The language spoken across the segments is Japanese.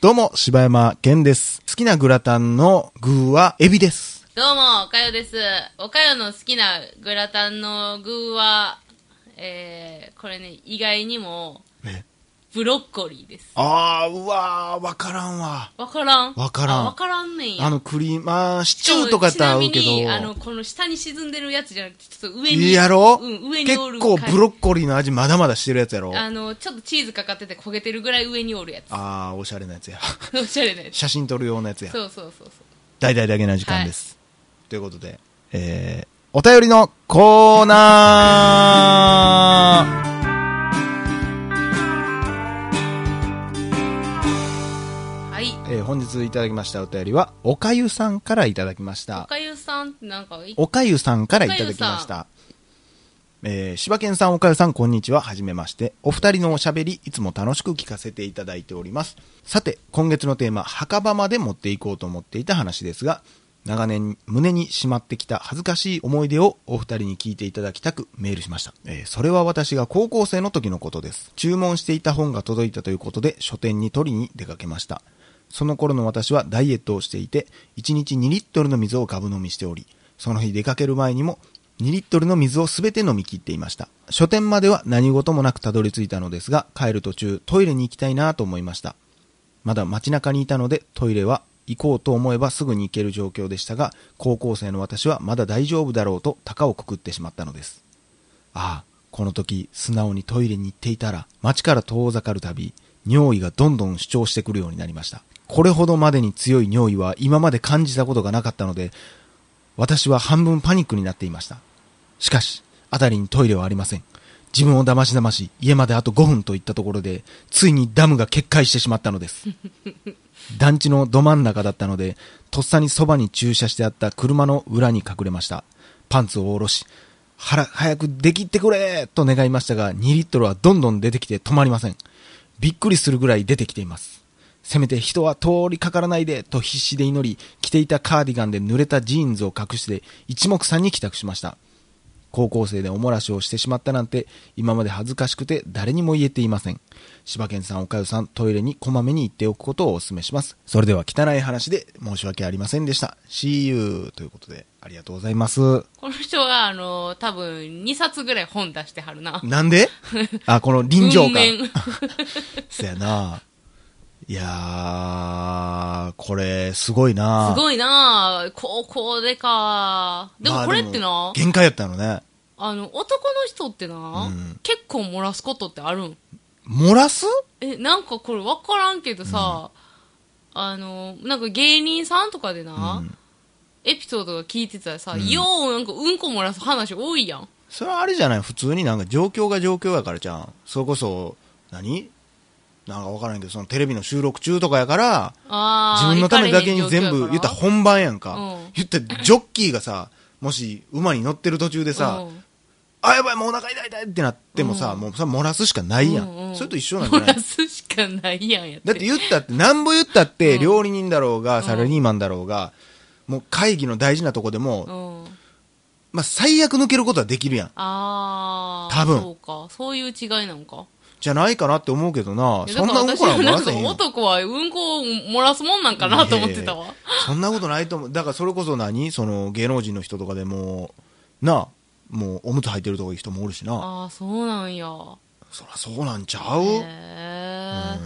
どうも、柴山健です。好きなグラタンの具はエビです。どうも、おかよです。おかよの好きなグラタンの具は、えー、これね、意外にも、ブロッコリーです。あー、うわー、わからんわ。わからんわからんあわからんねんや。あの、クリーマーシチューとかやったら合うけちなみにあどの、、この下に沈んでるやつじゃなくて、ちょっと上に。いいやろ、うん、上に結おる。構ブロッコリーの味まだまだしてるやつやろあの、ちょっとチーズかかってて焦げてるぐらい上におるやつ。あー、おしゃれなやつ や。おしゃれな やつ。写真撮るようなやつや。そうそうそうそう。大々だけな時間です。ということで、えー、お便りのコー ナーはい。えー、本日いただきましたお便りは、おかゆさんからいただきましおた。かゆさんってなんか、いおかゆさんからいただきました。えー、柴犬さん、おかゆさん、こんにちは。はじめまして。お二人のおしゃべり、いつも楽しく聞かせていただいております。さて、今月のテーマ、墓場まで持っていこうと思っていた話ですが、長年胸にしまってきた恥ずかしい思い出をお二人に聞いていただきたくメールしました。えーそれは私が高校生の時のことです。注文していた本が届いたということで、書店に取りに出かけました。その頃の私はダイエットをしていて、1日2リットルの水をガブ飲みしており、その日出かける前にも2リットルの水をすべて飲み切っていました。書店までは何事もなくたどり着いたのですが、帰る途中トイレに行きたいなと思いました。まだ街中にいたのでトイレは行こうと思えばすぐに行ける状況でしたが、高校生の私はまだ大丈夫だろうと高をくくってしまったのです。ああ、この時素直にトイレに行っていたら街から遠ざかるたび、尿意がどんどん主張してくるようになりました。これほどまでに強い尿意は今まで感じたことがなかったので、私は半分パニックになっていました。しかし、辺りにトイレはありません。自分を騙し騙し、家まであと5分といったところで、ついにダムが決壊してしまったのです。団地のど真ん中だったので、とっさにそばに駐車してあった車の裏に隠れました。パンツを下ろし、腹、早くできってくれと願いましたが、2リットルはどんどん出てきて止まりません。びっくりするぐらい出てきています。せめて人は通りかからないでと必死で祈り、着ていたカーディガンで濡れたジーンズを隠して一目散に帰宅しました。高校生でおもらしをしてしまったなんて今まで恥ずかしくて誰にも言えていません柴犬さんおかゆさんトイレにこまめに行っておくことをお勧めしますそれでは汚い話で申し訳ありませんでした See you ということでありがとうございますこの人は、あの、多分、2冊ぐらい本出してはるな。なん であこの臨場文感面そやないやーこれすごいなすごいなあ高校でかでまもあこれってな、あ、限界やったのねの、男の人ってな、うん結構漏らすことってあるん漏らすえ、なんかこれわからんけどさ、あの、なんか芸人さんとかでな、うんエピソードが聞いてたらさ、ようなんかうんこ漏らす話多いやん。それはあれじゃない普通になんか状況が状況やからじゃんそれこそ何なんか分からんけどそのテレビの収録中とかやからあ自ー分のためだけに全行部かれ言へんったら状況やから本番やんか、うん言ったらジョッキーがさもし馬に乗ってる途中でさ、うんあやばいもうお腹痛い痛いってなってもさ、もうさ漏らすしかないやん、うんうんそれと一緒なんじゃ漏ないらすしかないやんやって。だって言ったってなんぼ言ったって料理人だろうが、サラリーマンだろうがもう会議の大事なとこでも、うん。まあ、最悪抜けることはできるやんあー。多分そうか。そういう違いなんか。じゃないかなって思うけどないやそんなうんこなんか漏らせだへんから私はよなんか男はうんこを漏らすもんなんかなと思ってたわ。そんなことないと思う。だからそれこそ何その芸能人の人とかでもう、なあ、もうおむつ履いてるとかいう人もおるしな。ああ、そうなんや。そらそうなんちゃう、へうえ。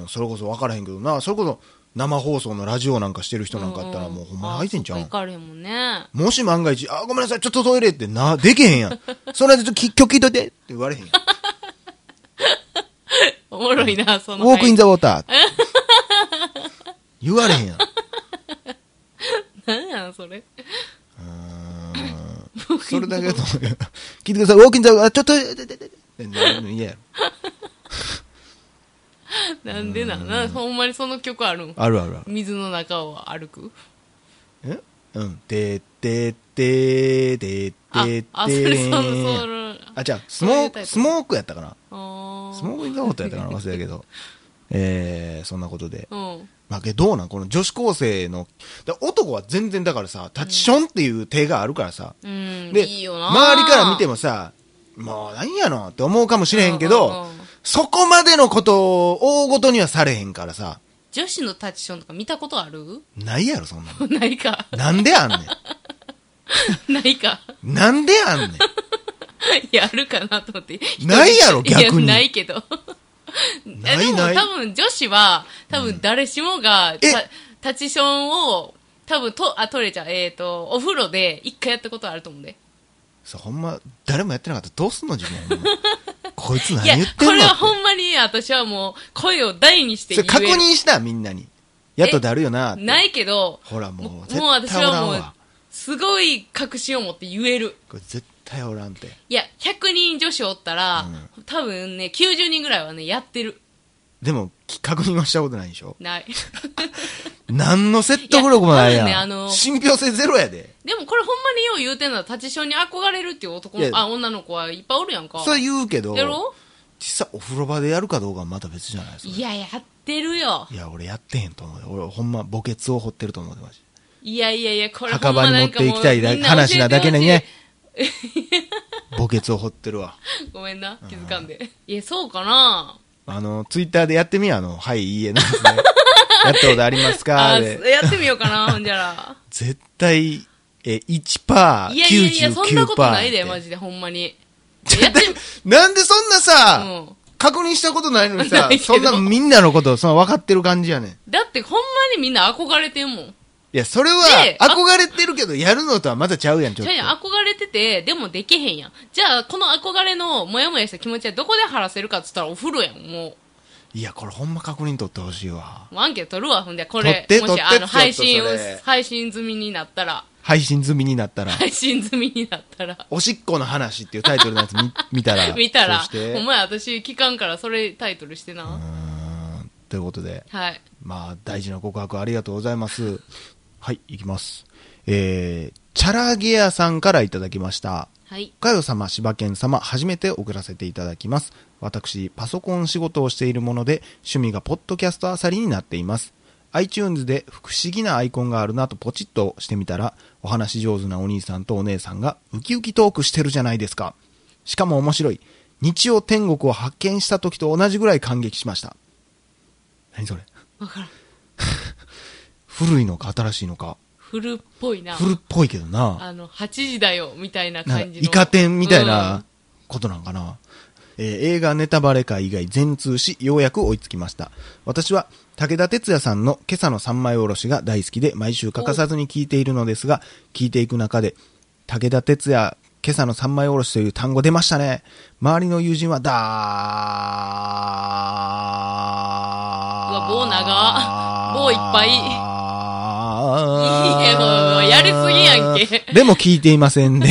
ーん、それこそ分からへんけどな。それこそ生放送のラジオなんかしてる人なんかやったらもうほんまに履いてんちゃあうそっか行かれへんもんね。もし万が一、あ、ごめんなさい、ちょっとトイレってな、でけへんや ん。それでちょっとき曲聞いといてって言われへんやん。おもろいな、その。ウォークインザウォーター って。言われへんやん。何やん、それ。それだけだと思うけど 聞いてください、ウォーキング、あ、ちょっと、でででででなるいや、なんでなんなんほんまにその曲あるんあるあるある。水の中を歩く。えうん。てってってってってあって、あ、それ、その、その、あ、じゃあ、スそういモうターイク、プスモークやったかな。あスモークインザホートやったかな、忘れたけど。えー、そんなことで。ー。うん。まあ、けどどうなんこの女子高生の、だ男は全然だからさ、タッチションっていう手があるからさ。うん。で、いいよな。周りから見てもさ、もう何やのって思うかもしれへんけうんうんどうん、そこまでのことを大ごとにはされへんからさ、女子のタッチションとか見たことある ないやろ、そんなの。ないか。なんであんねないか。ん。なんであんねん。い や、あるかなと思って。ないやろ一人逆にいや、ないけど。ない えでもない多分女子は、多分誰しもが、えたタチションを、多分と、あ、取れちゃう。えっ、と、お風呂で一回やったことあると思うんで。そうほんま、誰もやってなかったらどうすんの自分、ほんまこいつ何いや言っ、てんこのれはってほんまに私はもう、声を大にしてそ言れえ確る。認したみんなに。やっとだるよなって。ないけど、ほらもうも絶対う私はもおらんうわ、すごい確信を持って言える。これ絶対おらんて。いや、100人女子おったら、多分ね、90人ぐらいはね、やってる。でも、き確認はしたことないでしょ ない。何の説得力もないやん。いや多分ねあの信憑性ゼロやで。でもこれほんまによう言うてんのは、タチションに憧れるっていう男いの、やあ、女の子はいっぱいおるやんか。それ言うけど、やろ実際お風呂場でやるかどうかはまた別じゃないですか。いや、やってるよ。いや、俺やってへんと思うよ。俺ほんま墓穴を掘ってると思うでマジでいやいやいや、これほ墓んま場にな持っんかてもういきたいだみん教えてほし話いなだけにね。 墓穴を掘ってるわ。ごめんな、気づかんで。いや、そうかなあの、ツイッターでやってみようあの、はい、いいえなん ですね。やったことありますかあ、で。やってみよう かな、ほんじゃら。絶対、え、1%パー、99%いやいやいや、そんなことないで、ってマジで、ほんまに。絶対なんでそんなさ、うん確認したことないのにさない、けどそんなみんなのこと、その分かってる感じやねん。いだって、ほんまにみんな憧れてんもん。や、それはで、あ憧れてるけど、やるのとはまたちゃうやん、ちょっちとゃう。やん、憧れてて、でもできへんやん。じゃあ、この憧れのモヤモヤした気持ちはどこで晴らせるかっつったらお風呂やん、もいや、これほんま確認取ってほしいわ。う。もうアンケート取るわ、ほんで、これ。取っても取し、ってあの、配信をちょっとそれ、配信済みになったら、配信済みになったら、配信済みになったら、おしっこの話っていうタイトルのやつ 見見たら、見たらそうして、お前私、聞かんからそれタイトルしてうな。ーんということで、はい。まあ、大事な告白ありがとうございます。はい、いきます。えー、チャラゲアさんからいただきました。はい。かよ様、柴犬様、初めて送らせていただきます。私、パソコン仕事をしているもので、趣味がポッドキャストあさりになっています。iTunes で不思議なアイコンがあるなとポチッとしてみたら、お話し上手なお兄さんとお姉さんがウキウキトークしてるじゃないですか。しかも面白い。日曜天国を発見した時と同じぐらい感激しました。何それわからん。古いのか新しいのか。古っぽいな。古っぽいけどな。あの、8時だよ、みたいななん感かじの。イカ天みたいなうんことなんかな、えー映画ネタバレ会以外全通しようやく追いつきました私は武田鉄矢さんの今朝の三枚おろしが大好きで毎週欠かさずに聞いているのですが聞いていく中で武田鉄矢今朝の三枚おろしという単語出ましたね周りの友人はだーうわ棒長棒いっぱいいやもうもうやりすぎやんけでも聞いていません で、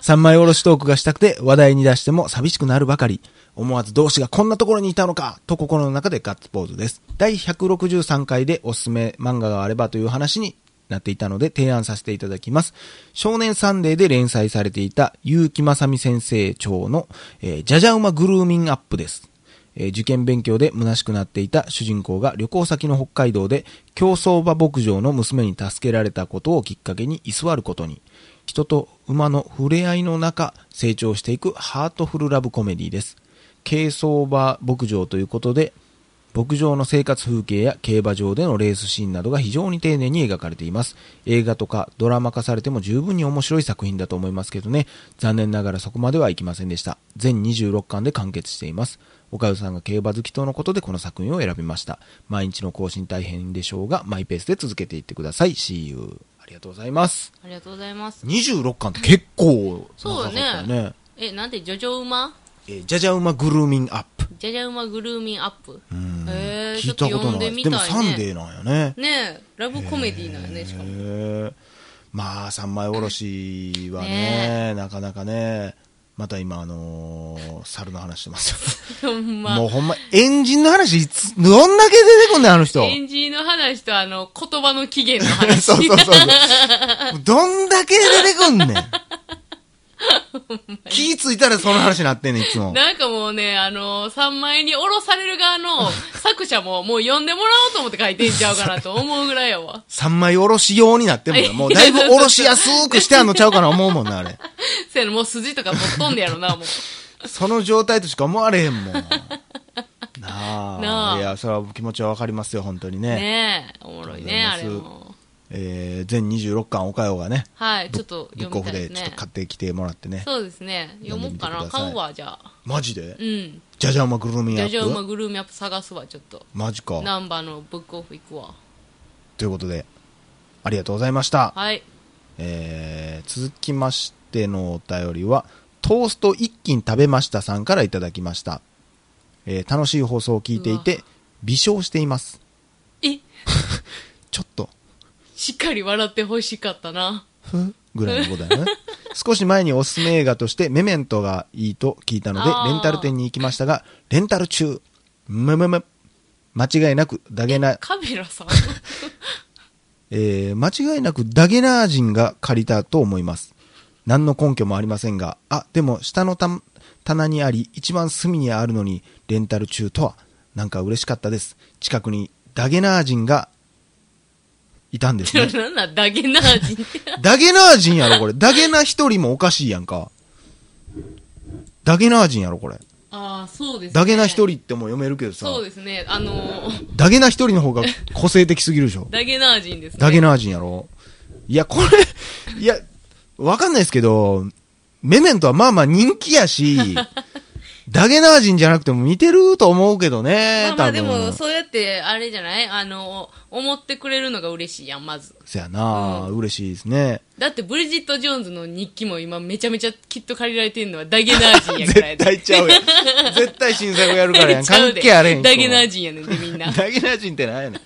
三枚おろしトークがしたくて話題に出しても寂しくなるばかり。思わず同志がこんなところにいたのかと心の中でガッツポーズです。第163回でおすすめ漫画があればという話になっていたので提案させていただきます。少年サンデーで連載されていた結城正美先生長の、えーじゃじゃ馬グルーミングアップです。えー受験勉強で虚しくなっていた主人公が旅行先の北海道で競走馬牧場の娘に助けられたことをきっかけに居座ることに人と馬の触れ合いの中成長していくハートフルラブコメディです競走馬牧場ということで牧場の生活風景や競馬場でのレースシーンなどが非常に丁寧に描かれています映画とかドラマ化されても十分に面白い作品だと思いますけどね残念ながらそこまではいきませんでした全26巻で完結しています岡代さんが競馬好きとのことでこの作品を選びました毎日の更新大変でしょうがマイペースで続けていってください See you ありがとうございますありがとうございます。 26巻って結構長かったよそうねえ、なんて、ジョジョ馬えーじゃじゃ馬グルーミングアップじゃじゃ馬グルーミンアップ。うんへー聞いたことないちょっと読んでみでたいもねサンデーなんよねねえ、ラブコメディーなんよね、しかへも。えまあ三枚おろしはねねなかなかねまた今あのー猿の話してますほんよ、 ま。もうほんまエンジンの話いつどんだけ出てくんねんあの人エンジンの話とあの、言葉の起源の話。 そうそうそうそうどんだけ出てく んねん気ぃついたらその話になってんねんいつもなんかもうね、あの、三枚に降ろされる側の作者も もう呼んでもらおうと思って書いてんちゃうかなと思うぐらいやわ。 三枚おろし用になってんもんなもうだいぶおろしやすくしてあんのちゃうかな思うもんなあれせやの、もう筋とか取っとんねやろな、もう。 その状態としか思われへんもんななあいや、それは気持ちはわかりますよ、本当に ね。ねえおもろいねああれりがとうございもえー全26巻、岡よがね、はいちょっとブッ読クオフみたいででちすょっねと買ってきてもらってね。そうですね読もうか読んでみてなください買うわじゃあマジでうんじゃじゃ馬グルミジアャジャ馬ップグルームアップ探すわちょっとマジか。ナンバーのブックオフ行くわということで、ありがとうございました。はいえー続きましてのお便りは、トースト一斤食べましたさんからいただきました。えー楽しい放送を聞いていうて、微笑しています。えちょっと、しっかり笑ってほしかったなふぐらいのこと だよね。少し前におすすめ映画として、メメントがいいと聞いたのであ、ーレンタル店に行きましたが、レンタル中、むむむ、間違いなく、ダゲな、カメ ラさんえー間違いなくダゲナー人が借りたと思います。何の根拠もありませんが、あ、でも下のた棚にあり、一番隅にあるのにレンタル中とは、なんか嬉しかったです。近くにダゲナー人がいたんですね。なんなんダゲナー ジンってダゲナー人やろ、これ。ダゲナ一人もおかしいやんか。ダゲナー人やろ、これ。ああそうですねダゲナ一人ってもう読めるけどさそ、うですねあ のーダゲナ一人の方が個性的すぎるでしょ。ダゲナージンですねダゲナー人やろいや、これ、いや、わかんないですけど、メメントはまあまあ人気や し、ダゲナー人じゃなくても似てると思うけどねま、あま多あ分。でもそうやってあれじゃないあの思ってくれるのが嬉しいやんまずそやな、嬉しいですね。だってブリジット・ジョーンズの日記も今めちゃめちゃきっと借りられてんのはダゲナー人やから絶やで対ちゃうやん。絶対新作やるからやん。 ちゃ関うで係あれへん。ダゲナー人。人やねんでみん なダゲナー人って何やねん。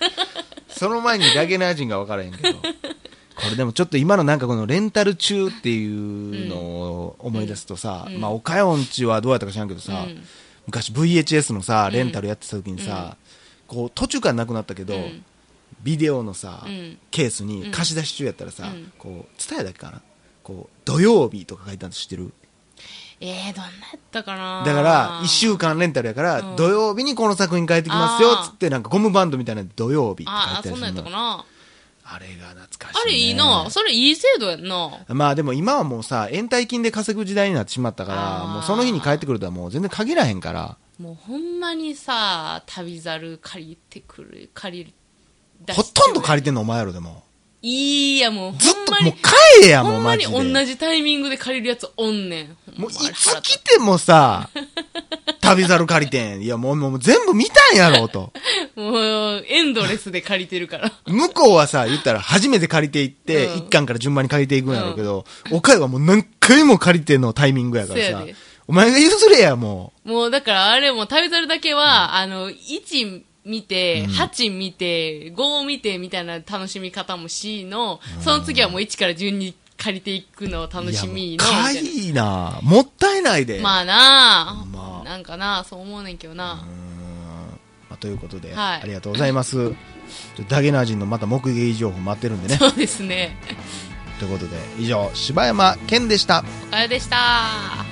その前にダゲナー人が分からへんけど。これでもちょっと今のなんかこのレンタル中っていうのを思い出すとさ、まあ岡山んちはどうやったか知らんけどさ、うん昔 VHS のさレンタルやってた時にさ、こう途中からなくなったけど、んビデオのさ、うんケースに貸し出し中やったらさ、うんこう伝えだけかなこう土曜日とか書いてあるの知ってるえー、どんなやったかなだから1週間レンタルやから、うん土曜日にこの作品変えてきますよあーっつってなんかゴムバンドみたいなの土曜日って書あいあてそあんるなんやったかなあれが懐かしい、ね、あれいいなそれいい制度やんなまあでも今はもうさ延滞金で稼ぐ時代になってしまったからあーもうその日に帰ってくるとはもう全然限らへんからもうほんまにさ旅猿借りてくる借り出ほしてとんど借りてんのお前やろでもいいやもうほずっんとまもうに帰れやもほうんまマにジで同じタイミングで借りるやつおんねんほんまもういあれつ腹立つ来ても さ旅猿借りてんいやもうもう全部見たんやろともう、エンドレスで借りてるから。向こうはさ言ったら初めて借りていって、うん一巻から順番に借りていくんやろうけど、おかゆはもう何回も借りてんのタイミングやからそうさやでお前が譲れやももう、だからあれも、旅猿だけは、あの、1見て、8見て、5見て、みたいな楽しみ方もしの、その次はもう1から順に借りていくのをう楽しみいの。やもうかみたいいなもったいないで、なまあなあ、まあなんかなあ、そう思うねんけどな。まあということで、はいありがとうございますちょダゲナー人のまた目撃情報待ってるんでねそうですね。ということで以上柴山健でしたおかよでした。